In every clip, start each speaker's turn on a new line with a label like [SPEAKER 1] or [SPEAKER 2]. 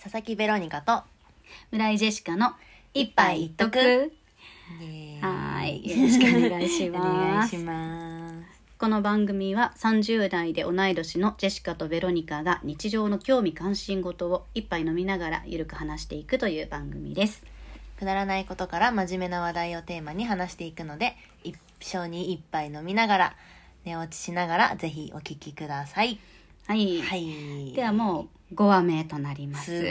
[SPEAKER 1] 佐々木ベロニカと
[SPEAKER 2] 村井ジェシカの
[SPEAKER 1] 一
[SPEAKER 2] 一
[SPEAKER 1] 杯
[SPEAKER 2] 杯
[SPEAKER 1] 一
[SPEAKER 2] 一
[SPEAKER 1] 徳
[SPEAKER 2] 徳はーいよろしくお願いし
[SPEAKER 1] お願
[SPEAKER 2] ま
[SPEAKER 1] いし
[SPEAKER 2] す
[SPEAKER 1] ます
[SPEAKER 2] この番組は30代で同い年のジェシカとベロニカが日常の興味関心事を一杯飲みながらゆるく話していくという番組です
[SPEAKER 1] くだらないことから真面目な話題をテーマに話していくので一緒に一杯飲みながら寝落ちしながらぜひお聞きください
[SPEAKER 2] はい、
[SPEAKER 1] はい
[SPEAKER 2] ではもう5話目となります
[SPEAKER 1] す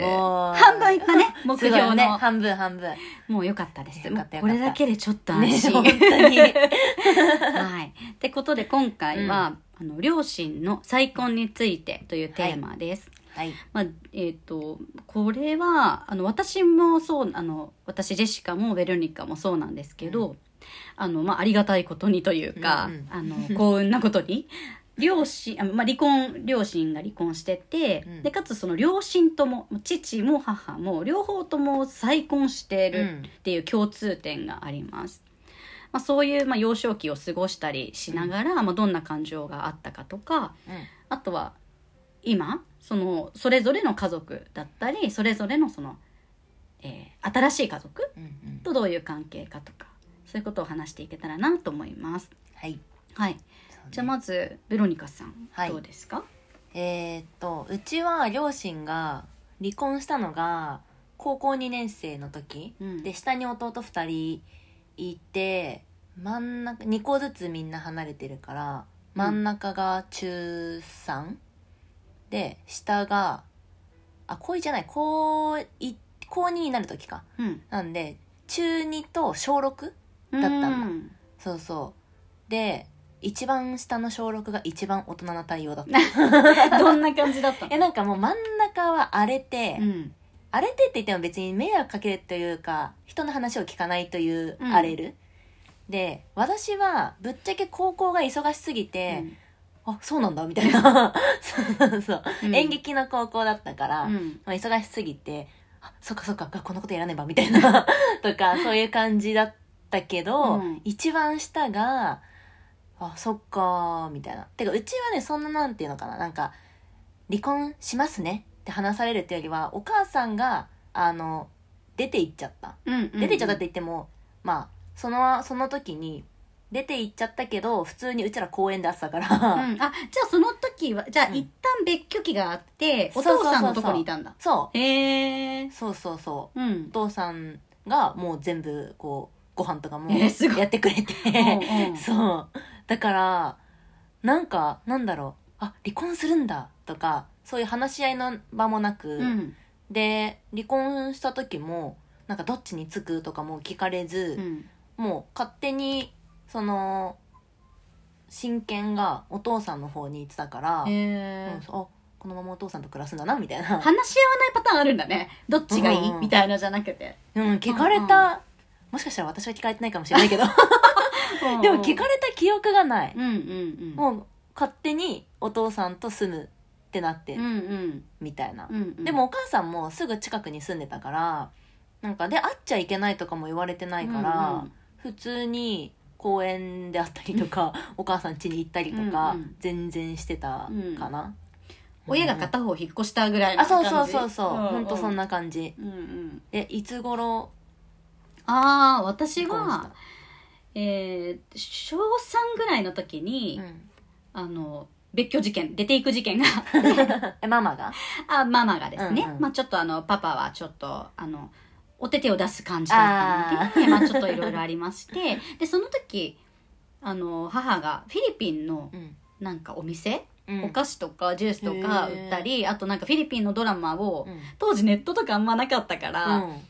[SPEAKER 1] ごい
[SPEAKER 2] 半分いったね 目標
[SPEAKER 1] すご
[SPEAKER 2] の、
[SPEAKER 1] いね半分半分
[SPEAKER 2] もう良かったです
[SPEAKER 1] よかった
[SPEAKER 2] もうこれ
[SPEAKER 1] よかった
[SPEAKER 2] だけでちょっと
[SPEAKER 1] ね
[SPEAKER 2] 安心、
[SPEAKER 1] 本当 に
[SPEAKER 2] はい。ってことで今回は、あの両親の再婚についてというテーマです。
[SPEAKER 1] はい
[SPEAKER 2] まあえっ、とこれはあの私もそうあの私ジェシカもベルニカもそうなんですけど、あのまあありがたいことにというか、
[SPEAKER 1] うんうん
[SPEAKER 2] あの幸運なことに。両親あまあ、離婚両親が離婚してて、
[SPEAKER 1] うん
[SPEAKER 2] でかつその両親とも父も母も両方とも再婚してるっていう共通点があります。まあ、そういう、まあ、幼少期を過ごしたりしながら、まあ、どんな感情があったかとか
[SPEAKER 1] う
[SPEAKER 2] あとは今そのそれぞれの家族だったりそれぞれのその、えー新しい家族
[SPEAKER 1] んうんうん
[SPEAKER 2] とどういう関係かとかそういうことを話していけたらなと思います。
[SPEAKER 1] はい
[SPEAKER 2] はい、じゃあまずベロニカさん、
[SPEAKER 1] はい
[SPEAKER 2] どうですか
[SPEAKER 1] えーっとうちは両親が離婚したのが高校2年生の時、
[SPEAKER 2] うん
[SPEAKER 1] で下に弟2人いて真ん中2個ずつみんな離れてるから真ん中が中3、で下があ高1じゃない高一高2になる時か
[SPEAKER 2] うん、
[SPEAKER 1] なんで中2と小 6? ったんだ
[SPEAKER 2] うん
[SPEAKER 1] そうそうで一番下の小6が一番大人な対応だった
[SPEAKER 2] どんな感じだった の
[SPEAKER 1] えなんかもう真ん中は荒れて、
[SPEAKER 2] うん
[SPEAKER 1] 荒れてって言っても別に迷惑かけるというか人の話を聞かないという
[SPEAKER 2] うん
[SPEAKER 1] 荒れる、で私はぶっちゃけ高校が忙しすぎて、あそうなんだみたいな そうそうそう、
[SPEAKER 2] うん
[SPEAKER 1] 演劇の高校だったから、
[SPEAKER 2] うん
[SPEAKER 1] まあ、忙しすぎてあそっかそっか学校のことやらねばみたいな とかそういう感じだったけど、
[SPEAKER 2] うん
[SPEAKER 1] 一番下があそっかーみたいなてかうちはねそんななんていうのかななんか離婚しますねって話されるっていうよりはお母さんがあの出て行っちゃった
[SPEAKER 2] うんうん
[SPEAKER 1] 出て行っちゃったって言っても、まあそのその時に出て行っちゃったけど普通にうちら公園で会ってたから、
[SPEAKER 2] うん、あじゃあその時はじゃあ
[SPEAKER 1] うん
[SPEAKER 2] 一旦別居期があって、
[SPEAKER 1] そう
[SPEAKER 2] お
[SPEAKER 1] そうそう
[SPEAKER 2] 父
[SPEAKER 1] そう
[SPEAKER 2] さんのとこにいたんだ
[SPEAKER 1] そ
[SPEAKER 2] へえ
[SPEAKER 1] うそうそうそう
[SPEAKER 2] う
[SPEAKER 1] お
[SPEAKER 2] ん
[SPEAKER 1] 父さんがもう全部こうご飯とかも
[SPEAKER 2] えーすごい
[SPEAKER 1] やってくれて、
[SPEAKER 2] うんうん
[SPEAKER 1] そうだからなんかなんだろうあ離婚するんだとかそういう話し合いの場もなく、
[SPEAKER 2] うん
[SPEAKER 1] で離婚した時もなんかどっちにつくとかも聞かれ
[SPEAKER 2] う
[SPEAKER 1] ず、
[SPEAKER 2] ん
[SPEAKER 1] もう勝手にその親権がお父さんの方に行ってたから、
[SPEAKER 2] へ
[SPEAKER 1] う
[SPEAKER 2] え
[SPEAKER 1] んそうあこのままお父さんと暮らすんだなみたいな
[SPEAKER 2] 話し合わないパターンあるんだねどっちがいい、
[SPEAKER 1] うん
[SPEAKER 2] みたいなじゃなくて、
[SPEAKER 1] うん聞かれた、もしかしたら私は聞かれてないかもしれないけどでも聞か
[SPEAKER 2] れ
[SPEAKER 1] れた記憶がない。
[SPEAKER 2] うんうんうん
[SPEAKER 1] もう勝手にお父さんと住むってなって
[SPEAKER 2] うんうん
[SPEAKER 1] みたいな
[SPEAKER 2] う。んうん
[SPEAKER 1] でもお母さんもすぐ近くに住んでたから、なんかで会っちゃいけないとかも言われてないから、普通に公園であったりとか、お母さん家に行ったりとか
[SPEAKER 2] うんうん、
[SPEAKER 1] 全然してたかな。
[SPEAKER 2] 親が片方引っ越したぐらい
[SPEAKER 1] あ、
[SPEAKER 2] の
[SPEAKER 1] そ
[SPEAKER 2] 感
[SPEAKER 1] う
[SPEAKER 2] じ
[SPEAKER 1] そうそうそう。ほんとそん
[SPEAKER 2] な、
[SPEAKER 1] な感じ。
[SPEAKER 2] うんうん、
[SPEAKER 1] で、いつ頃
[SPEAKER 2] ああ私
[SPEAKER 1] 離婚し
[SPEAKER 2] はえー、小3ぐらいの時に、
[SPEAKER 1] た
[SPEAKER 2] あの別居事件出ていく事件が
[SPEAKER 1] うん。 え、ママが
[SPEAKER 2] あママがですね、
[SPEAKER 1] うんうん
[SPEAKER 2] まあ、ちょっとあのパパはちょっとあのお手手を出す感じだったので、まあ、ちょっといろいろありましてでその時あの母がフィリピンの
[SPEAKER 1] うん。
[SPEAKER 2] なんかお店、
[SPEAKER 1] うん
[SPEAKER 2] お菓子とかジュースとか売ったりあとなんかフィリピンのドラマを、
[SPEAKER 1] うん
[SPEAKER 2] 当時ネットとかあんまなかったから、
[SPEAKER 1] うん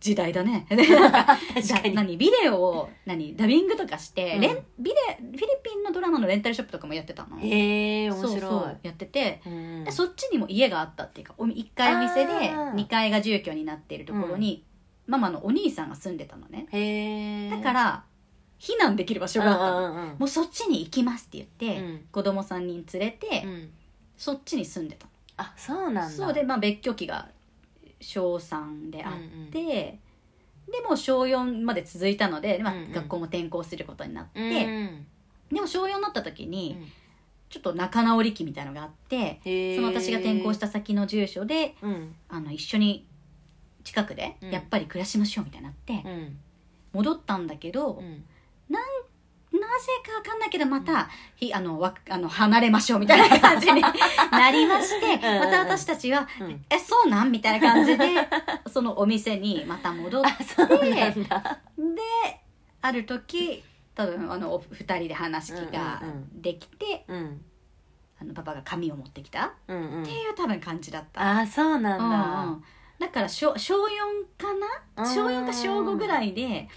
[SPEAKER 2] 時代だ ね。でなんか
[SPEAKER 1] 確かに。
[SPEAKER 2] 何ビデオを何ダビングとかして、
[SPEAKER 1] うん
[SPEAKER 2] レンビデフィリピンのドラマのレンタルショップとかもやってたの。
[SPEAKER 1] へえ面
[SPEAKER 2] そ
[SPEAKER 1] 白
[SPEAKER 2] う
[SPEAKER 1] い
[SPEAKER 2] そうやってて、
[SPEAKER 1] うん
[SPEAKER 2] でそっちにも家があったっていうかお1階お店で
[SPEAKER 1] あー
[SPEAKER 2] 2階が住居になっているところに、ママのお兄さんが住んでたのね
[SPEAKER 1] へえ
[SPEAKER 2] だから避難できる場所があったの、
[SPEAKER 1] うん
[SPEAKER 2] もうそっちに行きますって
[SPEAKER 1] う
[SPEAKER 2] 言って、
[SPEAKER 1] ん
[SPEAKER 2] 子供3人連れて、
[SPEAKER 1] うん
[SPEAKER 2] そっちに住んでたの
[SPEAKER 1] あそうなんだ
[SPEAKER 2] そうで、まあ、別居期が小3であ
[SPEAKER 1] うんう
[SPEAKER 2] っ
[SPEAKER 1] ん
[SPEAKER 2] て、でもう小4まで続いたので、まあ
[SPEAKER 1] うんうん
[SPEAKER 2] 学校も転校することになって、
[SPEAKER 1] うん
[SPEAKER 2] でも小4になった時に、
[SPEAKER 1] うん
[SPEAKER 2] ちょっと仲直り期みたいのがあってその私が転校した先の住所で
[SPEAKER 1] うん
[SPEAKER 2] あの一緒に近くで
[SPEAKER 1] うん
[SPEAKER 2] やっぱり暮らしましょうみたいになって、
[SPEAKER 1] うん
[SPEAKER 2] 戻ったんだけど、
[SPEAKER 1] うん
[SPEAKER 2] なぜかわかんないけどまた、ひあのわあの離れましょうみたいな 感じになりまして
[SPEAKER 1] うんうん
[SPEAKER 2] また私たちは「
[SPEAKER 1] うん
[SPEAKER 2] えそうなん?」みたいな感 じでそのお店にまた戻って
[SPEAKER 1] そうなんだ
[SPEAKER 2] である時多分あのお二人で話し気が
[SPEAKER 1] うんうんう
[SPEAKER 2] できて、
[SPEAKER 1] うん
[SPEAKER 2] あのパパが紙を持ってきたっ
[SPEAKER 1] うんうん
[SPEAKER 2] ていう多分感じだった。
[SPEAKER 1] ああそうな
[SPEAKER 2] うんうんんだから小小4かな
[SPEAKER 1] だ
[SPEAKER 2] 小4か小5ぐら
[SPEAKER 1] い
[SPEAKER 2] いで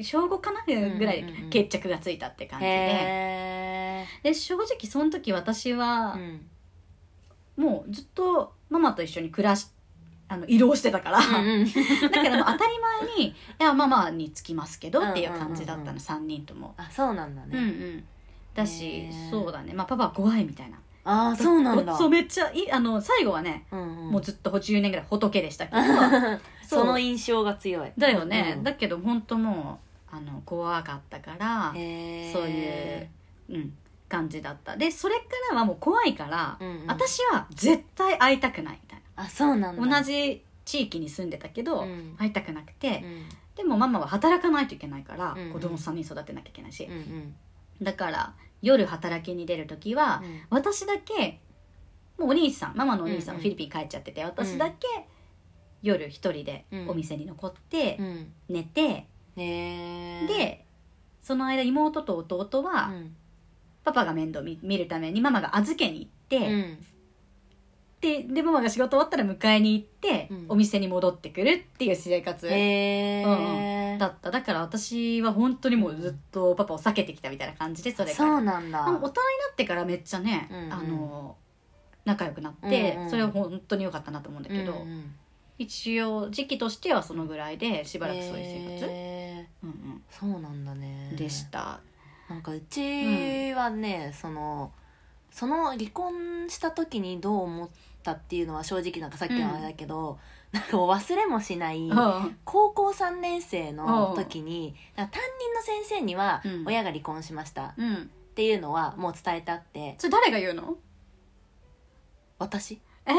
[SPEAKER 2] 小5かなぐらいで決着がついたって感じで。
[SPEAKER 1] へえ
[SPEAKER 2] で正直その時私は
[SPEAKER 1] う、ん
[SPEAKER 2] もうずっとママと一緒に暮らしあの移動してたから、
[SPEAKER 1] うんうん
[SPEAKER 2] だからもう当たり前に「いやママにつきますけど」っていう感じだっ
[SPEAKER 1] うんうん
[SPEAKER 2] た
[SPEAKER 1] うんう
[SPEAKER 2] の、
[SPEAKER 1] ん
[SPEAKER 2] 三3人とも。
[SPEAKER 1] あそうなんだ
[SPEAKER 2] うんう
[SPEAKER 1] ね
[SPEAKER 2] ん、だし、
[SPEAKER 1] へー
[SPEAKER 2] そうだね、まあ、パパは怖いみたいな
[SPEAKER 1] ああそうなんだ
[SPEAKER 2] そうめっちゃいいあの最後はね、
[SPEAKER 1] うん
[SPEAKER 2] も
[SPEAKER 1] う
[SPEAKER 2] うんずっと10年ぐらい仏でし たけど
[SPEAKER 1] その印象が強い
[SPEAKER 2] だよね、
[SPEAKER 1] うん
[SPEAKER 2] だけど本当もうあの怖かったから、
[SPEAKER 1] へー
[SPEAKER 2] そういう、うん、感じだったでそれからはもう怖いから、
[SPEAKER 1] うんうん
[SPEAKER 2] 私は絶対会いたくないみたい
[SPEAKER 1] あそうなんだ
[SPEAKER 2] な同じ地域に住んでたけど、
[SPEAKER 1] うん
[SPEAKER 2] 会いたくなく
[SPEAKER 1] う
[SPEAKER 2] て、
[SPEAKER 1] ん
[SPEAKER 2] でもママは働かないといけないから、
[SPEAKER 1] うん
[SPEAKER 2] 子供3人育てなきゃいけないし
[SPEAKER 1] うんう、ん
[SPEAKER 2] だから夜働きに出る時は、
[SPEAKER 1] うん
[SPEAKER 2] 私だけもうお兄さんママのお兄さん
[SPEAKER 1] うんうん
[SPEAKER 2] はフィリピン帰っちゃってて、私だけ夜一人で
[SPEAKER 1] うん
[SPEAKER 2] お店に残って
[SPEAKER 1] うん
[SPEAKER 2] 寝て、
[SPEAKER 1] へえ
[SPEAKER 2] でその間妹と弟は、
[SPEAKER 1] うん
[SPEAKER 2] パパが面倒見見るためにママが預けに行って、
[SPEAKER 1] うん
[SPEAKER 2] ででママが仕事終わったら迎えに行って、
[SPEAKER 1] うん
[SPEAKER 2] お店に戻ってくるっていう生活
[SPEAKER 1] へえ
[SPEAKER 2] だっただから私は本当にもうずっとパパを避けてきたみたいな感じでそれか
[SPEAKER 1] そ
[SPEAKER 2] ら
[SPEAKER 1] うなんだ
[SPEAKER 2] でも大人になってからめっちゃね、
[SPEAKER 1] うんうん
[SPEAKER 2] あの仲良くなって、
[SPEAKER 1] うんうん
[SPEAKER 2] それは本当に良かったなと思うんだけど、
[SPEAKER 1] うんうん
[SPEAKER 2] 一応時期としてはそのぐらいでしばらくそういう生活、
[SPEAKER 1] へー
[SPEAKER 2] うん
[SPEAKER 1] そうなんだ
[SPEAKER 2] う
[SPEAKER 1] ね
[SPEAKER 2] ん、でした、
[SPEAKER 1] なんかうちはね、そのその離婚した時にどう思ったっていうのは正直なんかさっきのあれだけど、なんかもう忘れもしない
[SPEAKER 2] うん
[SPEAKER 1] 高校3年生の時になんか担任の先生には
[SPEAKER 2] うん
[SPEAKER 1] 親が離婚しましたっ
[SPEAKER 2] うん、
[SPEAKER 1] ていうのはもう伝えてあって
[SPEAKER 2] それ誰が言うの
[SPEAKER 1] 私、
[SPEAKER 2] え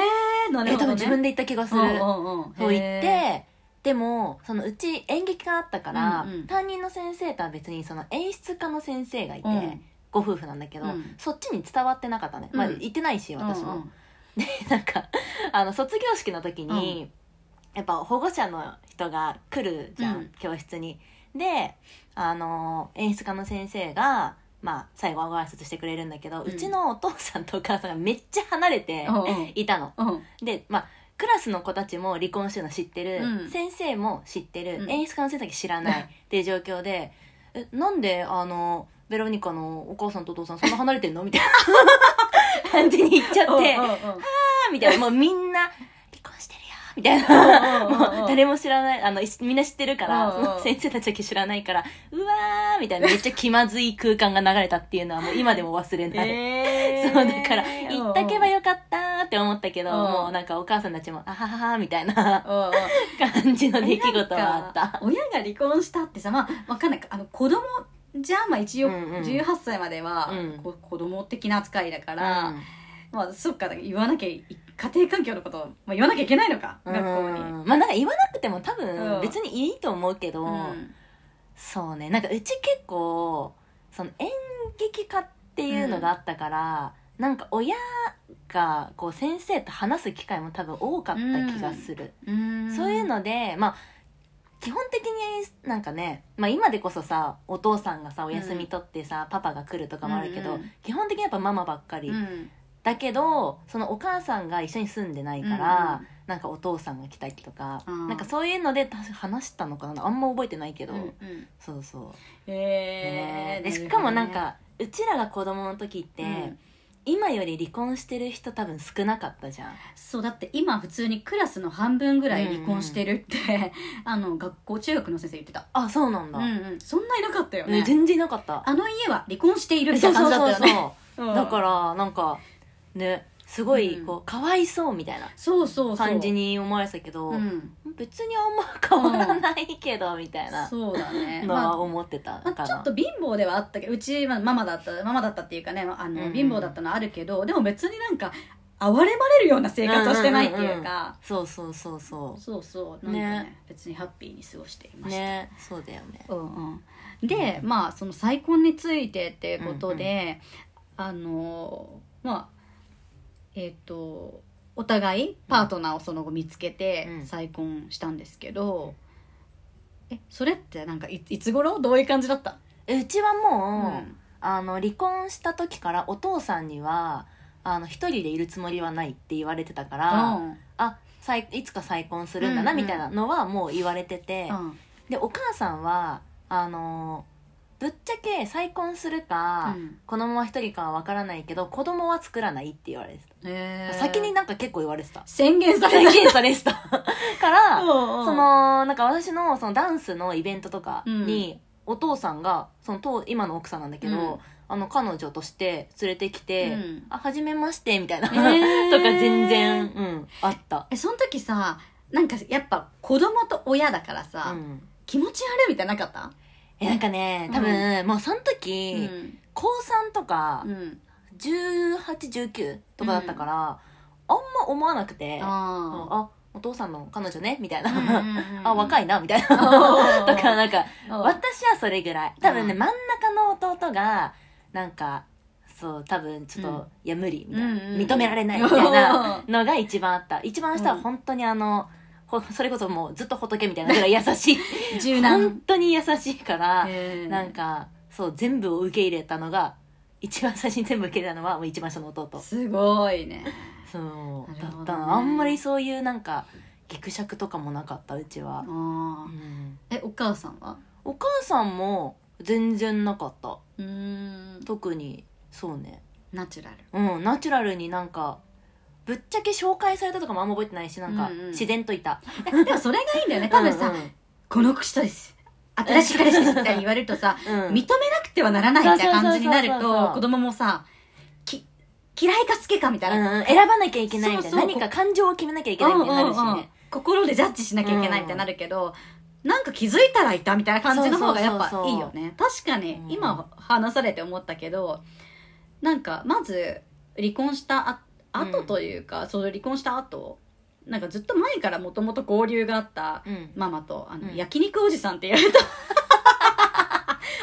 [SPEAKER 2] ー、なる
[SPEAKER 1] え
[SPEAKER 2] ほ
[SPEAKER 1] 多
[SPEAKER 2] ど、
[SPEAKER 1] 分
[SPEAKER 2] ね、
[SPEAKER 1] 自分で言った気がする。
[SPEAKER 2] うんうんうん
[SPEAKER 1] と言っ
[SPEAKER 2] へ
[SPEAKER 1] てでもそのうち演劇科あったから、
[SPEAKER 2] うんうん
[SPEAKER 1] 担任の先生とは別にその演出家の先生がいて、
[SPEAKER 2] ー
[SPEAKER 1] ご夫婦なんだけど、
[SPEAKER 2] うん
[SPEAKER 1] そっちに伝わってなかったね、まあ、
[SPEAKER 2] うん
[SPEAKER 1] 言ってないし
[SPEAKER 2] うん
[SPEAKER 1] 私も、
[SPEAKER 2] うん
[SPEAKER 1] なんかあの卒業式の時に、やっぱ保護者の人が来るじゃん、
[SPEAKER 2] うん
[SPEAKER 1] 教室に。であの演出家の先生が、まあ、最後はご挨拶してくれるんだけど、
[SPEAKER 2] う
[SPEAKER 1] うんちのお父さんとお母さんが めっちゃ離れて
[SPEAKER 2] うんうん
[SPEAKER 1] いたの。
[SPEAKER 2] うんうん
[SPEAKER 1] でまあクラスの子たちも離婚してるの知ってる、
[SPEAKER 2] うん
[SPEAKER 1] 先生も知ってる、
[SPEAKER 2] うん
[SPEAKER 1] 演出家の先生だけ知ら ないっていう状況で「えなんであのベロニカのお母さんとお父さんそんな離れてんの?」 みたいな感じに言っちゃって「
[SPEAKER 2] うん
[SPEAKER 1] あ
[SPEAKER 2] うんうん
[SPEAKER 1] ーみたいなもうみんな「離婚してるよ」みたいな
[SPEAKER 2] うんうんうんうん
[SPEAKER 1] もう誰も知らないあのいみんな知ってるから、
[SPEAKER 2] うんうん
[SPEAKER 1] その先生たちだけ知らないから「うわー」みたいなめっちゃ気まずい空間が流れたっていうのはもう今でも忘れない。
[SPEAKER 2] えー
[SPEAKER 1] そうだから行ったけばよかったーって思ったけど、
[SPEAKER 2] うん
[SPEAKER 1] もうなんかお母さんたちもあはははみたいな
[SPEAKER 2] うんうん
[SPEAKER 1] 感じの出来事はあっ
[SPEAKER 2] なんか
[SPEAKER 1] た。
[SPEAKER 2] 親が離婚したってさまあわかんないあの子供じゃんまあ一応
[SPEAKER 1] うんうん
[SPEAKER 2] 18歳までは、
[SPEAKER 1] うん
[SPEAKER 2] こ子供的な扱いだか
[SPEAKER 1] う
[SPEAKER 2] ら、
[SPEAKER 1] ん
[SPEAKER 2] まあそっかだから言わなきゃい家庭環境のことを、まあ、言わなきゃいけないのか学校に。
[SPEAKER 1] うんまあなんか言わなくても多
[SPEAKER 2] うん
[SPEAKER 1] 分別にいいと思うけど、
[SPEAKER 2] うん
[SPEAKER 1] そうねなんかうち結構その演劇家っていうのがあったから、なんか親がこう先生と話す機会も多分多かった気がする。
[SPEAKER 2] うん
[SPEAKER 1] そういうので、まあ、基本的になんかね、まあ今でこそさ、お父さんがさ、お休み取ってさ、パパが来るとかもあるけど、
[SPEAKER 2] うんうん
[SPEAKER 1] 基本的にやっぱママばっかり。
[SPEAKER 2] うん
[SPEAKER 1] だけど、そのお母さんが一緒に住んでないから、
[SPEAKER 2] うんうん
[SPEAKER 1] なんかお父さんが来たりとか、
[SPEAKER 2] あー
[SPEAKER 1] なんかそういうので確か話したのかなあんま覚えてないけど、
[SPEAKER 2] うんうん
[SPEAKER 1] そうそう。ね
[SPEAKER 2] へー
[SPEAKER 1] でしかもなんか、うちらが子供の時って、
[SPEAKER 2] うん
[SPEAKER 1] 今より離婚してる人多分少なかったじゃん。
[SPEAKER 2] そうだって今普通にクラスの半分ぐらい離婚してるって、 あの学校中学の先生言ってた、
[SPEAKER 1] あ、そうなん
[SPEAKER 2] う
[SPEAKER 1] だ。
[SPEAKER 2] んうん、そんないなかったよね
[SPEAKER 1] ね全然いなかった。
[SPEAKER 2] あの家は離婚しているみた
[SPEAKER 1] そ
[SPEAKER 2] いうな
[SPEAKER 1] そ
[SPEAKER 2] 感
[SPEAKER 1] う
[SPEAKER 2] じ
[SPEAKER 1] そ
[SPEAKER 2] だっ
[SPEAKER 1] う
[SPEAKER 2] たよ
[SPEAKER 1] そう
[SPEAKER 2] ね。うん
[SPEAKER 1] だからなんかねすごい
[SPEAKER 2] うん
[SPEAKER 1] こう、かわいそうみたいな
[SPEAKER 2] そうそうそう
[SPEAKER 1] 感じに思われてたけど、
[SPEAKER 2] うん、
[SPEAKER 1] 別にあんま変わらないけどみたいな
[SPEAKER 2] そうだね、
[SPEAKER 1] の
[SPEAKER 2] ま
[SPEAKER 1] は
[SPEAKER 2] あ
[SPEAKER 1] 思ってた
[SPEAKER 2] ま
[SPEAKER 1] か
[SPEAKER 2] あ、ちょっ
[SPEAKER 1] ら
[SPEAKER 2] と貧乏ではあったけどうちまあママだったママだったっていうかねまああの、
[SPEAKER 1] うん
[SPEAKER 2] 貧乏だったのはあるけどでも別になんか哀れまれるような生活をしてないっていうか、
[SPEAKER 1] そうそうそうそ
[SPEAKER 2] そうそうなんかね
[SPEAKER 1] ね
[SPEAKER 2] 別にハッピーに過ごしていうました、
[SPEAKER 1] ねそうだよね
[SPEAKER 2] うんうん、でまあその再婚についてっていうことで、あのまあえっ、とお互いパートナーをその後見つけ
[SPEAKER 1] う
[SPEAKER 2] て
[SPEAKER 1] ん
[SPEAKER 2] 再婚したんですけど、えそれってなんかいいつ頃どういう感じだった、
[SPEAKER 1] えうちは
[SPEAKER 2] う
[SPEAKER 1] もう、
[SPEAKER 2] ん
[SPEAKER 1] あの離婚した時からお父さんにはあの一人でいるつもりはないって言われてたから、
[SPEAKER 2] うん
[SPEAKER 1] あ再いつか再婚するんだな
[SPEAKER 2] うんうん
[SPEAKER 1] みたいなのはもう言われてて、
[SPEAKER 2] うん
[SPEAKER 1] でお母さんはあのぶっちゃけ再婚するか、
[SPEAKER 2] うん
[SPEAKER 1] このまま一人かは分からないけど子供は作らないって言われて
[SPEAKER 2] へ
[SPEAKER 1] た
[SPEAKER 2] ー
[SPEAKER 1] 先になんか結構言われてた
[SPEAKER 2] 宣言され
[SPEAKER 1] 宣
[SPEAKER 2] た
[SPEAKER 1] 言されてたから、そ
[SPEAKER 2] そ
[SPEAKER 1] のなんか私のそのダンスのイベントとかに、お父さんがその当今の奥さんなんだけど、
[SPEAKER 2] うん
[SPEAKER 1] あの彼女として連れてきて「
[SPEAKER 2] うん
[SPEAKER 1] あはじめまして」みたいな、
[SPEAKER 2] へー
[SPEAKER 1] とか全然、うん、あった、
[SPEAKER 2] えその時さなんかやっぱ子供と親だから
[SPEAKER 1] う
[SPEAKER 2] さ、
[SPEAKER 1] ん、
[SPEAKER 2] 気持ち悪いみたいなのなかっ
[SPEAKER 1] えなんかね多分、もうその
[SPEAKER 2] た、
[SPEAKER 1] 時、
[SPEAKER 2] うん
[SPEAKER 1] 高3とか
[SPEAKER 2] うん、
[SPEAKER 1] 1819とかだったから、あんま思わなくて「あ
[SPEAKER 2] あー
[SPEAKER 1] お父さんの彼女ね」みたいな
[SPEAKER 2] うんうんうん
[SPEAKER 1] 「 あ若いな」みたいな とかなんか私はそれぐらい多分ね
[SPEAKER 2] うん
[SPEAKER 1] 真ん中の弟がなんかそう多分ちょっと、
[SPEAKER 2] うん
[SPEAKER 1] いや無理みたいな、
[SPEAKER 2] うんうんうん
[SPEAKER 1] 認められないみたい な
[SPEAKER 2] う
[SPEAKER 1] のが一番あった一番下は本当にあの、ほそれこそもうずっと仏みたいなぐらい優しい
[SPEAKER 2] 柔
[SPEAKER 1] 本
[SPEAKER 2] 軟
[SPEAKER 1] 当に優しいから
[SPEAKER 2] な
[SPEAKER 1] なんかそう全部を受け入れたのが一番最初に全部受け入れたのはもう一番下の弟
[SPEAKER 2] すごいね
[SPEAKER 1] そう、
[SPEAKER 2] な
[SPEAKER 1] だ
[SPEAKER 2] るほどね
[SPEAKER 1] ったなあんまりそういうなんかぎくしゃくとかもなかったうちは、
[SPEAKER 2] あ
[SPEAKER 1] う
[SPEAKER 2] ー
[SPEAKER 1] ん
[SPEAKER 2] えお母さんは
[SPEAKER 1] お母さんも全然なかった
[SPEAKER 2] うーん
[SPEAKER 1] 特にそうね
[SPEAKER 2] ナチュラル
[SPEAKER 1] うんナチュラルになんかぶっちゃけ紹介されたとかもあんま覚えてないしなんか
[SPEAKER 2] うんうん
[SPEAKER 1] 自然といた、
[SPEAKER 2] えでもそれがいいんだよね多分さ
[SPEAKER 1] うん
[SPEAKER 2] 「この人です新しい彼氏です」って言われるとさ
[SPEAKER 1] うんうん
[SPEAKER 2] 認めなくてはならないみたいな感じになる
[SPEAKER 1] そうそうそうそう
[SPEAKER 2] と
[SPEAKER 1] そう
[SPEAKER 2] 子供もさき嫌いか好きかみたいな、
[SPEAKER 1] うんうん選ばなきゃいけないみたいな
[SPEAKER 2] そうそう
[SPEAKER 1] 何か感情を決めなきゃいけないみたいになるしね、
[SPEAKER 2] うんうんうん心でジャッジしなきゃいけないみたいになるけど、なんか気づいたらいたみたいな感じの方がやっ
[SPEAKER 1] そうそうそ
[SPEAKER 2] ぱ
[SPEAKER 1] う
[SPEAKER 2] い
[SPEAKER 1] そう
[SPEAKER 2] いよね確かに
[SPEAKER 1] うん
[SPEAKER 2] 今話されて思ったけどなんかまず離婚したあ後というか、その離婚した後なんかずっと前からもともと交流があった
[SPEAKER 1] うん
[SPEAKER 2] ママとあの、
[SPEAKER 1] うん
[SPEAKER 2] 焼肉おじさんって言われた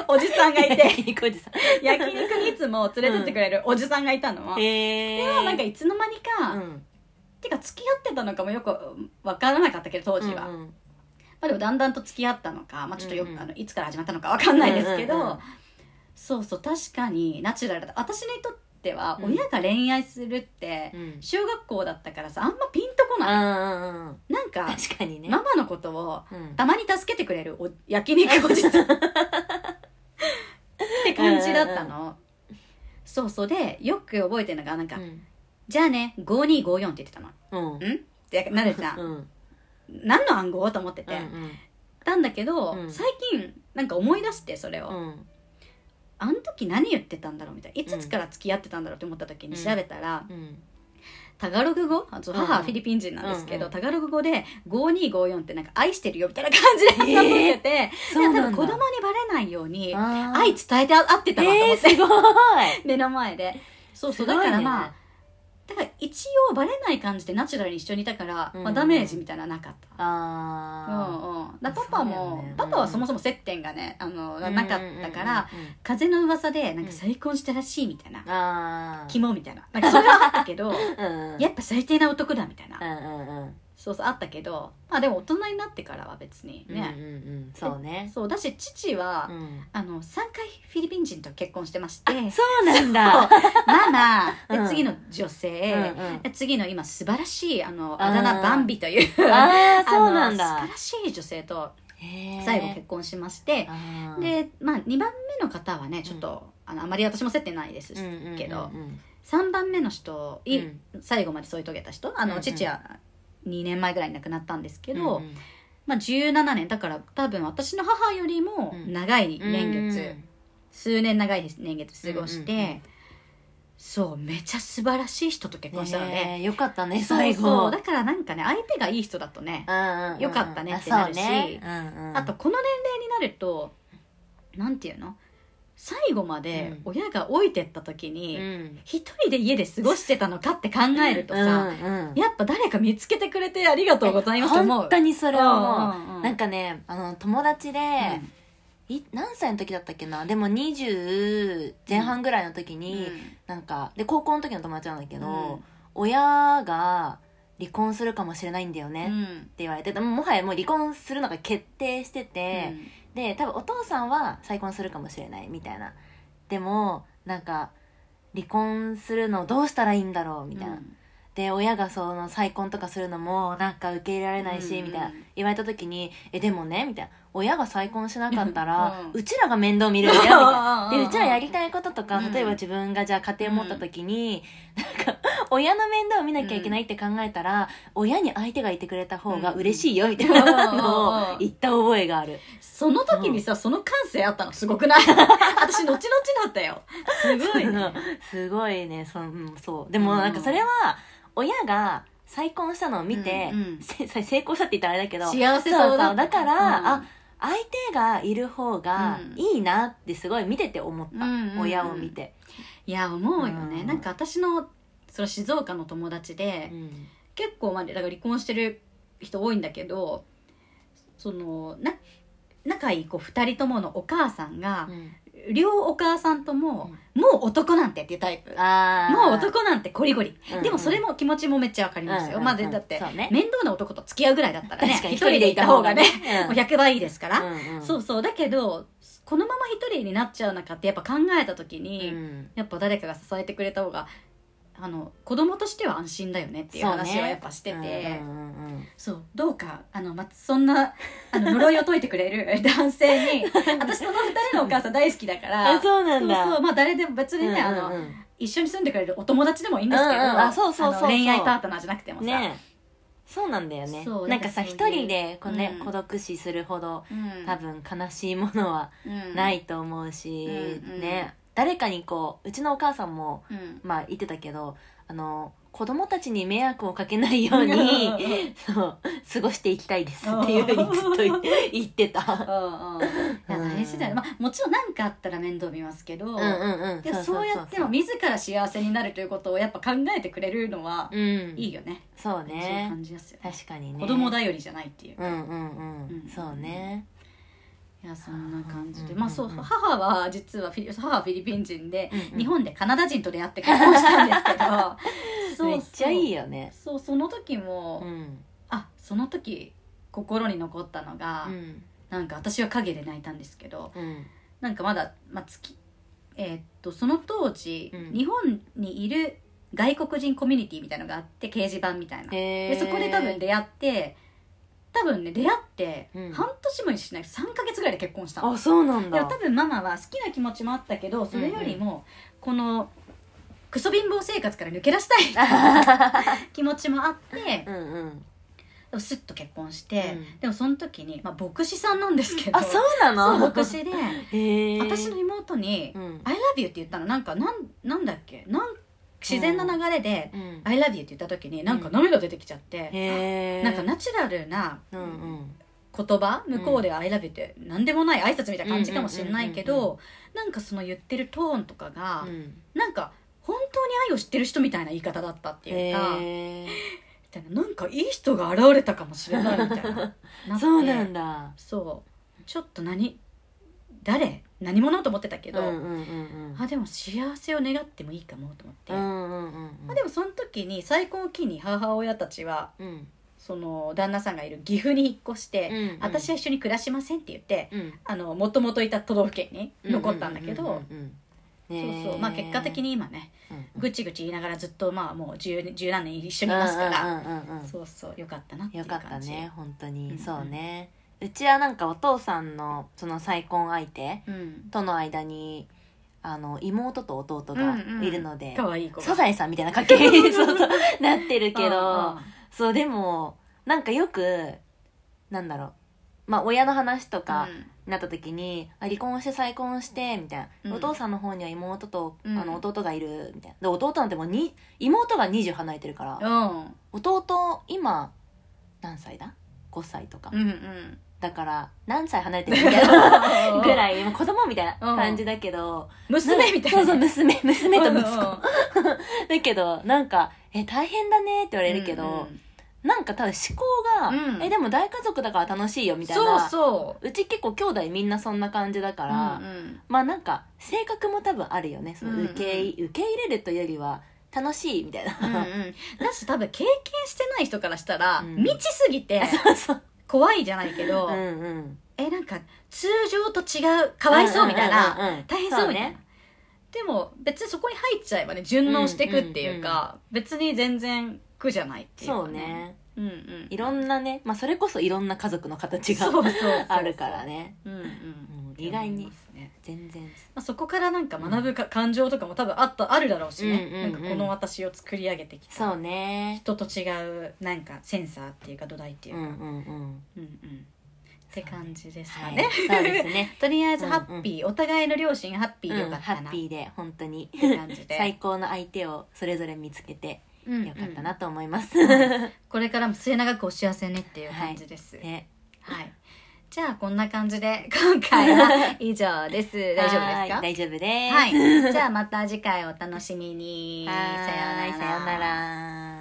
[SPEAKER 2] おじさんがいて
[SPEAKER 1] 焼肉おじさ
[SPEAKER 2] 焼肉にいつも連れてってくれるおじさんがいたのは、
[SPEAKER 1] んへえ
[SPEAKER 2] でもなんかいつの間にか、
[SPEAKER 1] うん
[SPEAKER 2] てか付き合ってたのかもよく分からなかったけど当時は、
[SPEAKER 1] う
[SPEAKER 2] ま
[SPEAKER 1] んうん
[SPEAKER 2] あでもだんだんと付き合ったのか、まあ、ちょっとよく、
[SPEAKER 1] うんうん
[SPEAKER 2] あのいつから始まったのか分かんないですけど、
[SPEAKER 1] うんうんうん
[SPEAKER 2] そうそう確かにナチュラルだ私にとっては
[SPEAKER 1] うん
[SPEAKER 2] 親が恋愛するって、
[SPEAKER 1] うん
[SPEAKER 2] 小学校だったからさあんまピンとこ
[SPEAKER 1] う
[SPEAKER 2] ない、
[SPEAKER 1] んうんうん
[SPEAKER 2] なんか、
[SPEAKER 1] 確かにね、
[SPEAKER 2] ママのことを
[SPEAKER 1] うん
[SPEAKER 2] たまに助けてくれるお焼肉お じさんって感じだったの、そうそうでよく覚えてるのがなんか、
[SPEAKER 1] うん
[SPEAKER 2] じゃあね5254って言ってたの
[SPEAKER 1] うん
[SPEAKER 2] んってなるじゃん
[SPEAKER 1] うんうん
[SPEAKER 2] 何の暗号と思ってて、たんだけど、
[SPEAKER 1] うん
[SPEAKER 2] 最近なんか思い出してそれを、
[SPEAKER 1] うん
[SPEAKER 2] あの時何言ってたんだろうみたいないつから付き合ってたんだろうって思った時に調べたら、
[SPEAKER 1] うん
[SPEAKER 2] タガログ語あと
[SPEAKER 1] うん
[SPEAKER 2] 母はフィリピン人なんですけど、
[SPEAKER 1] うんうん
[SPEAKER 2] タガログ語で5254ってなんか愛してるよみたいな感じで挟まれてて、
[SPEAKER 1] そ
[SPEAKER 2] で
[SPEAKER 1] う
[SPEAKER 2] 多
[SPEAKER 1] な
[SPEAKER 2] 分
[SPEAKER 1] んだ
[SPEAKER 2] 子供にバレないように
[SPEAKER 1] あー
[SPEAKER 2] 愛伝えてあ合ってたわと
[SPEAKER 1] え
[SPEAKER 2] 思
[SPEAKER 1] ー、
[SPEAKER 2] って、
[SPEAKER 1] すごい
[SPEAKER 2] 目の前でそうそ
[SPEAKER 1] す
[SPEAKER 2] う、だ
[SPEAKER 1] ごいね
[SPEAKER 2] からまあだから一応バレない感じでナチュラルに一緒にいたから、
[SPEAKER 1] うんうん
[SPEAKER 2] まあ、ダメージみたいなのはなかった
[SPEAKER 1] あ
[SPEAKER 2] うんうん、だパパ
[SPEAKER 1] そう
[SPEAKER 2] も、
[SPEAKER 1] だよね
[SPEAKER 2] パパはそもそも接点がねあの
[SPEAKER 1] あ
[SPEAKER 2] なかったから、風の噂でなんか再婚したらしいみたいな、
[SPEAKER 1] ああ
[SPEAKER 2] 肝みたいななんかそれはあったけ ど
[SPEAKER 1] うん
[SPEAKER 2] やっぱ最低な男だみたいな、
[SPEAKER 1] うんうんうん
[SPEAKER 2] そうそうあったけどまあでも大人になってからは別に
[SPEAKER 1] うんうん
[SPEAKER 2] ね、
[SPEAKER 1] うんそうね
[SPEAKER 2] そうだし父は、
[SPEAKER 1] うん
[SPEAKER 2] あの3回フィリピン人と結婚してまして
[SPEAKER 1] そうなん
[SPEAKER 2] そう
[SPEAKER 1] だ
[SPEAKER 2] ママで、
[SPEAKER 1] うん
[SPEAKER 2] 次の女性、
[SPEAKER 1] うんうん
[SPEAKER 2] で次の今素晴らしいあの
[SPEAKER 1] あー
[SPEAKER 2] あだ名バンビという あ
[SPEAKER 1] ああ
[SPEAKER 2] の
[SPEAKER 1] そうなん
[SPEAKER 2] 素
[SPEAKER 1] だ
[SPEAKER 2] 晴らしい女性と
[SPEAKER 1] へー
[SPEAKER 2] 最後結婚しまして、
[SPEAKER 1] あー
[SPEAKER 2] で、まあ、2番目の方はねちょっと、あのあまり私も接点ないです
[SPEAKER 1] うんうんうんうん
[SPEAKER 2] けど、3番目の人、い
[SPEAKER 1] うん
[SPEAKER 2] 最後まで添い遂げた人あの、
[SPEAKER 1] うんうん
[SPEAKER 2] 父は2年前ぐらいに亡くなったんですけど、
[SPEAKER 1] うんうん
[SPEAKER 2] まあ、17年だから多分私の母よりも長い年月、
[SPEAKER 1] うん
[SPEAKER 2] 数年長い年月過ごして、
[SPEAKER 1] うんうんうん
[SPEAKER 2] そうめちゃ素晴らしい人と結婚したので、
[SPEAKER 1] ねえよかったね
[SPEAKER 2] そう
[SPEAKER 1] 最後
[SPEAKER 2] そうだからなんかね相手がいい人だとね、
[SPEAKER 1] うんうんうん
[SPEAKER 2] よかったねってなるし
[SPEAKER 1] あそうねうんうん
[SPEAKER 2] あとこの年齢になるとなんていうの最後まで親が老いてった時に、
[SPEAKER 1] うん
[SPEAKER 2] 一人で家で過ごしてたのかって考えるとさ、
[SPEAKER 1] うんうん
[SPEAKER 2] やっぱ誰か見つけてくれてありがとうございますと思う
[SPEAKER 1] 本当にそれは思う、
[SPEAKER 2] うんうんうん
[SPEAKER 1] なんかねあの友達で、い何歳の時だったっけなでも20前半ぐらいの時
[SPEAKER 2] うん
[SPEAKER 1] に、なんかで高校の時の友達なんだけど、
[SPEAKER 2] うん
[SPEAKER 1] 親が離婚するかもしれないんだよね、
[SPEAKER 2] う
[SPEAKER 1] って
[SPEAKER 2] ん
[SPEAKER 1] 言われてでももはやもう離婚するのが決定してて、で多分お父さんは再婚するかもしれないみたいなでもなんか離婚するのどうしたらいいんだろうみたいな、
[SPEAKER 2] うん
[SPEAKER 1] で親がその再婚とかするのもなんか受け入れられないし、
[SPEAKER 2] うん
[SPEAKER 1] みたいな言われた時に「えでもね」みたいな「親が再婚しなかったら、
[SPEAKER 2] うん
[SPEAKER 1] うちらが面倒見るんだよ」みたいな
[SPEAKER 2] うんうんう
[SPEAKER 1] で
[SPEAKER 2] ん
[SPEAKER 1] うちらやりたいこととか
[SPEAKER 2] うん
[SPEAKER 1] 例えば自分がじゃあ家庭持った時に、なんか親の面倒を見なきゃいけないって考えたら、親に相手がいてくれた方が嬉しいよみたいなのを言った覚えがある。
[SPEAKER 2] その時にさ、その感性あったのすごくない 私後々だったよすごいね、
[SPEAKER 1] すごいねそのうんそうでもなんかそれは親が再婚したのを見て、
[SPEAKER 2] うんうん
[SPEAKER 1] せせ成功したって言ったらあれだけど
[SPEAKER 2] 幸せそうだった
[SPEAKER 1] そうだから、
[SPEAKER 2] うん
[SPEAKER 1] あ相手がいる方が
[SPEAKER 2] うん
[SPEAKER 1] いいなってすごい見てて思った、
[SPEAKER 2] うんうんうん
[SPEAKER 1] 親を見て、
[SPEAKER 2] いや思うよね、
[SPEAKER 1] うん
[SPEAKER 2] なんか私のその静岡の友達で、
[SPEAKER 1] うん
[SPEAKER 2] 結構まあだから離婚してる人多いんだけどそのな仲いい子2人とものお母さんが、両お母さんとも、もう男なんてっていうタイプ
[SPEAKER 1] あー
[SPEAKER 2] もう男なんてゴリゴリ、
[SPEAKER 1] うんうん
[SPEAKER 2] でもそれも気持ちもめっちゃわかります
[SPEAKER 1] う
[SPEAKER 2] よ、
[SPEAKER 1] んうんうん
[SPEAKER 2] まあでだって、
[SPEAKER 1] そうね
[SPEAKER 2] 面倒な男と付き合うぐらいだったらね
[SPEAKER 1] 確かに
[SPEAKER 2] 一人でいた方がね
[SPEAKER 1] 一人でいた方がね
[SPEAKER 2] もう100倍いいですから、
[SPEAKER 1] うんうん
[SPEAKER 2] そうそうだけどこのまま一人になっちゃうのかってやっぱ考えた時に、
[SPEAKER 1] うん
[SPEAKER 2] やっぱ誰かが支えてくれた方があの子供としては安心だよねっていう
[SPEAKER 1] そうね
[SPEAKER 2] 話はやっぱしててそう,、
[SPEAKER 1] うんうんうんうん
[SPEAKER 2] どうかあの、ま、そんなあの呪いを解いてくれ る男性に私その二人のお母さん大好きだから
[SPEAKER 1] あそうなんだ
[SPEAKER 2] そうそうまあ誰でも別に
[SPEAKER 1] う
[SPEAKER 2] ね、
[SPEAKER 1] んうん
[SPEAKER 2] あ
[SPEAKER 1] う
[SPEAKER 2] の
[SPEAKER 1] ん
[SPEAKER 2] 一緒に住んでくれるお友達でもいいんですけど、
[SPEAKER 1] うんうんあそうそうそうそう
[SPEAKER 2] あの恋愛パートナーじゃなくてもさ、
[SPEAKER 1] ねそうなんだよね
[SPEAKER 2] そう
[SPEAKER 1] なんかさ
[SPEAKER 2] なん
[SPEAKER 1] 一
[SPEAKER 2] かそういう
[SPEAKER 1] 人でこう、ね
[SPEAKER 2] うん
[SPEAKER 1] 孤独死するほど
[SPEAKER 2] うん、
[SPEAKER 1] 多分悲しいものは
[SPEAKER 2] うん
[SPEAKER 1] ない、と思うし、
[SPEAKER 2] うんうん
[SPEAKER 1] ね誰かにこううちのお母さんも
[SPEAKER 2] うん、
[SPEAKER 1] まあ言ってたけどあの子供たちに迷惑をかけないよう
[SPEAKER 2] うん
[SPEAKER 1] にそう過ごしていきたいですっていうふうにずっと言言ってた。
[SPEAKER 2] うんうんいや大事だよ、まあ、もちろん何かあったら面倒見ますけど、
[SPEAKER 1] うんうんうん、
[SPEAKER 2] でもそうやっても自ら幸せになるということをやっぱ考えてくれるのは
[SPEAKER 1] うん
[SPEAKER 2] いいよね、
[SPEAKER 1] そう
[SPEAKER 2] そういう
[SPEAKER 1] ね
[SPEAKER 2] 感じですよね
[SPEAKER 1] 確かにね
[SPEAKER 2] 子供頼りじゃないっていう、
[SPEAKER 1] うんうんうん、
[SPEAKER 2] うん
[SPEAKER 1] そうね
[SPEAKER 2] いやそんな感じで、
[SPEAKER 1] うん
[SPEAKER 2] まあそう
[SPEAKER 1] うん
[SPEAKER 2] 母は実はフィリ母はフィリピン人で、
[SPEAKER 1] うんうん
[SPEAKER 2] 日本でカナダ人と出会って結婚したんですけど そう
[SPEAKER 1] めっちゃいい
[SPEAKER 2] よ
[SPEAKER 1] よね
[SPEAKER 2] そうその時も、
[SPEAKER 1] うん、
[SPEAKER 2] あその時心に残ったのが、
[SPEAKER 1] うん
[SPEAKER 2] なんか私は陰で泣いたんですけど
[SPEAKER 1] うん
[SPEAKER 2] なんかまだ、まあ、月えーっとその当時、
[SPEAKER 1] うん
[SPEAKER 2] 日本にいる外国人コミュニティみたいのがあって掲示板みたいな、
[SPEAKER 1] へ
[SPEAKER 2] でそこで多分出会って多分ね出会って
[SPEAKER 1] うん
[SPEAKER 2] 半年もしない3か月ぐらいで結婚したの、
[SPEAKER 1] あそうなん
[SPEAKER 2] でも
[SPEAKER 1] だ
[SPEAKER 2] 多分ママは好きな気持ちもあったけどそれよりもこのクソ貧乏生活から抜け出したい 気持ちもあってで
[SPEAKER 1] うんうん
[SPEAKER 2] もスッと結婚して、
[SPEAKER 1] うん
[SPEAKER 2] でもその時に、まあ、牧師さんなんですけど
[SPEAKER 1] あそうなの
[SPEAKER 2] そう牧師で
[SPEAKER 1] へえ
[SPEAKER 2] 私の妹に
[SPEAKER 1] う
[SPEAKER 2] 「
[SPEAKER 1] ん
[SPEAKER 2] I love you」って言ったのなんかなんなんだっけなん自然な流れで
[SPEAKER 1] う
[SPEAKER 2] 「
[SPEAKER 1] ん
[SPEAKER 2] I love you」って言った時になんか
[SPEAKER 1] うん
[SPEAKER 2] 涙出てきちゃって、
[SPEAKER 1] へえ
[SPEAKER 2] なんかナチュラルな
[SPEAKER 1] うんうん
[SPEAKER 2] 言葉向こうで「I love you」って何でもない挨拶みたいな感じかもしれないけ
[SPEAKER 1] うんうんうんう
[SPEAKER 2] どなんかその言ってるトーンとかが、
[SPEAKER 1] うん
[SPEAKER 2] なんか本当に愛を知ってる人みたいな言い方だったっていうか、み
[SPEAKER 1] へ
[SPEAKER 2] たいななんかいい人が現れたかもしれないみたいな
[SPEAKER 1] えそうなん
[SPEAKER 2] だ
[SPEAKER 1] だ
[SPEAKER 2] そうちょっと何誰何者と思ってたけ
[SPEAKER 1] う
[SPEAKER 2] ど、
[SPEAKER 1] んうんうんうん
[SPEAKER 2] あでも幸せを願ってもいいかもと思って、
[SPEAKER 1] うんうんうんうん
[SPEAKER 2] まあ、でもその時に再婚を機に母親たちは
[SPEAKER 1] うん
[SPEAKER 2] その旦那さんがいる岐阜に引っ越して、
[SPEAKER 1] うんうん
[SPEAKER 2] 私は一緒に暮らしませんって言って
[SPEAKER 1] うん
[SPEAKER 2] あの元々いた都道府県に残ったんだけど、
[SPEAKER 1] うんうんうんうん
[SPEAKER 2] そうそうまあ結果的に今ねぐちぐち言いながらずっとまあもう十十何年一緒にいますから、
[SPEAKER 1] うんうんうんうんうん
[SPEAKER 2] そうそうよかったなってい
[SPEAKER 1] よ
[SPEAKER 2] う
[SPEAKER 1] か
[SPEAKER 2] 感
[SPEAKER 1] っ
[SPEAKER 2] じ
[SPEAKER 1] たね本当
[SPEAKER 2] うんう
[SPEAKER 1] に
[SPEAKER 2] ん
[SPEAKER 1] そうねうちはなんかお父さんのその再婚相手
[SPEAKER 2] うん
[SPEAKER 1] との間にあの妹と弟がいるので
[SPEAKER 2] 可愛い子が
[SPEAKER 1] サザエさんみたいな家系に そうそうなってるけ
[SPEAKER 2] うん
[SPEAKER 1] どそうでもなんかよくなんだろうまあ親の話とか
[SPEAKER 2] うん
[SPEAKER 1] なった時に、あ離婚して再婚してみたいな、
[SPEAKER 2] うん
[SPEAKER 1] お父さんの方には妹と、
[SPEAKER 2] うん
[SPEAKER 1] あの弟がいるみたいなで弟なんてもうに妹が20離れてるから、
[SPEAKER 2] うん
[SPEAKER 1] 弟今何歳だ5歳とか、
[SPEAKER 2] うんうん
[SPEAKER 1] だから何歳離れてるみたい な ぐ
[SPEAKER 2] い
[SPEAKER 1] らいもう子供みたいな感じだけど、
[SPEAKER 2] 娘みたいな
[SPEAKER 1] そうそう娘娘と息子、
[SPEAKER 2] うんうん
[SPEAKER 1] だけどなんか「え大変だね」って言われるけど、
[SPEAKER 2] うん
[SPEAKER 1] なんか多分思考が、
[SPEAKER 2] うん
[SPEAKER 1] えでも大家族だから楽しいよみたい
[SPEAKER 2] そう
[SPEAKER 1] な
[SPEAKER 2] そう
[SPEAKER 1] ち結構兄弟みんなそんな感じだか
[SPEAKER 2] う、
[SPEAKER 1] ら、
[SPEAKER 2] うん
[SPEAKER 1] まあなんか性格も多分あるよねその受け,、
[SPEAKER 2] うん
[SPEAKER 1] 受け入れるというよりは楽しいみたいな、
[SPEAKER 2] うんうん、だし多分経験してない人からしたら、
[SPEAKER 1] うん
[SPEAKER 2] 未知す ぎて
[SPEAKER 1] そうそう
[SPEAKER 2] 怖いじゃないけど、
[SPEAKER 1] うんうん
[SPEAKER 2] えなんか通常と違うかわいそうみたいな、
[SPEAKER 1] うんうんうんうん
[SPEAKER 2] 大変そうみたいな、でも別にそこに入っちゃえばね順応していくっていうか、別に全然苦じゃないっていうか、
[SPEAKER 1] そうね
[SPEAKER 2] うんうん
[SPEAKER 1] いろんなね、まあ、それこそいろんな家族の形が
[SPEAKER 2] そうそうそうそう
[SPEAKER 1] あるからね
[SPEAKER 2] うんうん
[SPEAKER 1] うん意外に
[SPEAKER 2] 思いますね
[SPEAKER 1] 全然
[SPEAKER 2] まあ、そこからなんか学ぶか、感情とかも多分あったあるだろうしね、
[SPEAKER 1] うんうんうん
[SPEAKER 2] なんかこの私を作り上げてきた
[SPEAKER 1] そうね
[SPEAKER 2] 人と違うなんかセンサーっていうか土台っていううか、
[SPEAKER 1] んうんうん
[SPEAKER 2] うんうんって感じですか
[SPEAKER 1] は
[SPEAKER 2] ね、
[SPEAKER 1] いそうですね
[SPEAKER 2] とりあえずハッピー、お互いの両 親ハッピーでよ
[SPEAKER 1] うん
[SPEAKER 2] かっ
[SPEAKER 1] ハ
[SPEAKER 2] たな
[SPEAKER 1] ッ
[SPEAKER 2] っ
[SPEAKER 1] ピーで本当に
[SPEAKER 2] て感じで、
[SPEAKER 1] 最高の相手をそれぞれ見つけて
[SPEAKER 2] うんうん
[SPEAKER 1] よかったなと思います、
[SPEAKER 2] これからも末永くお幸せにっていう感じです、はい
[SPEAKER 1] ね
[SPEAKER 2] じゃあこんな感じで 今回は以上です 大丈夫ですか
[SPEAKER 1] はーい大丈夫です
[SPEAKER 2] はい。じゃあまた次回お楽しみに。
[SPEAKER 1] はーいさようなら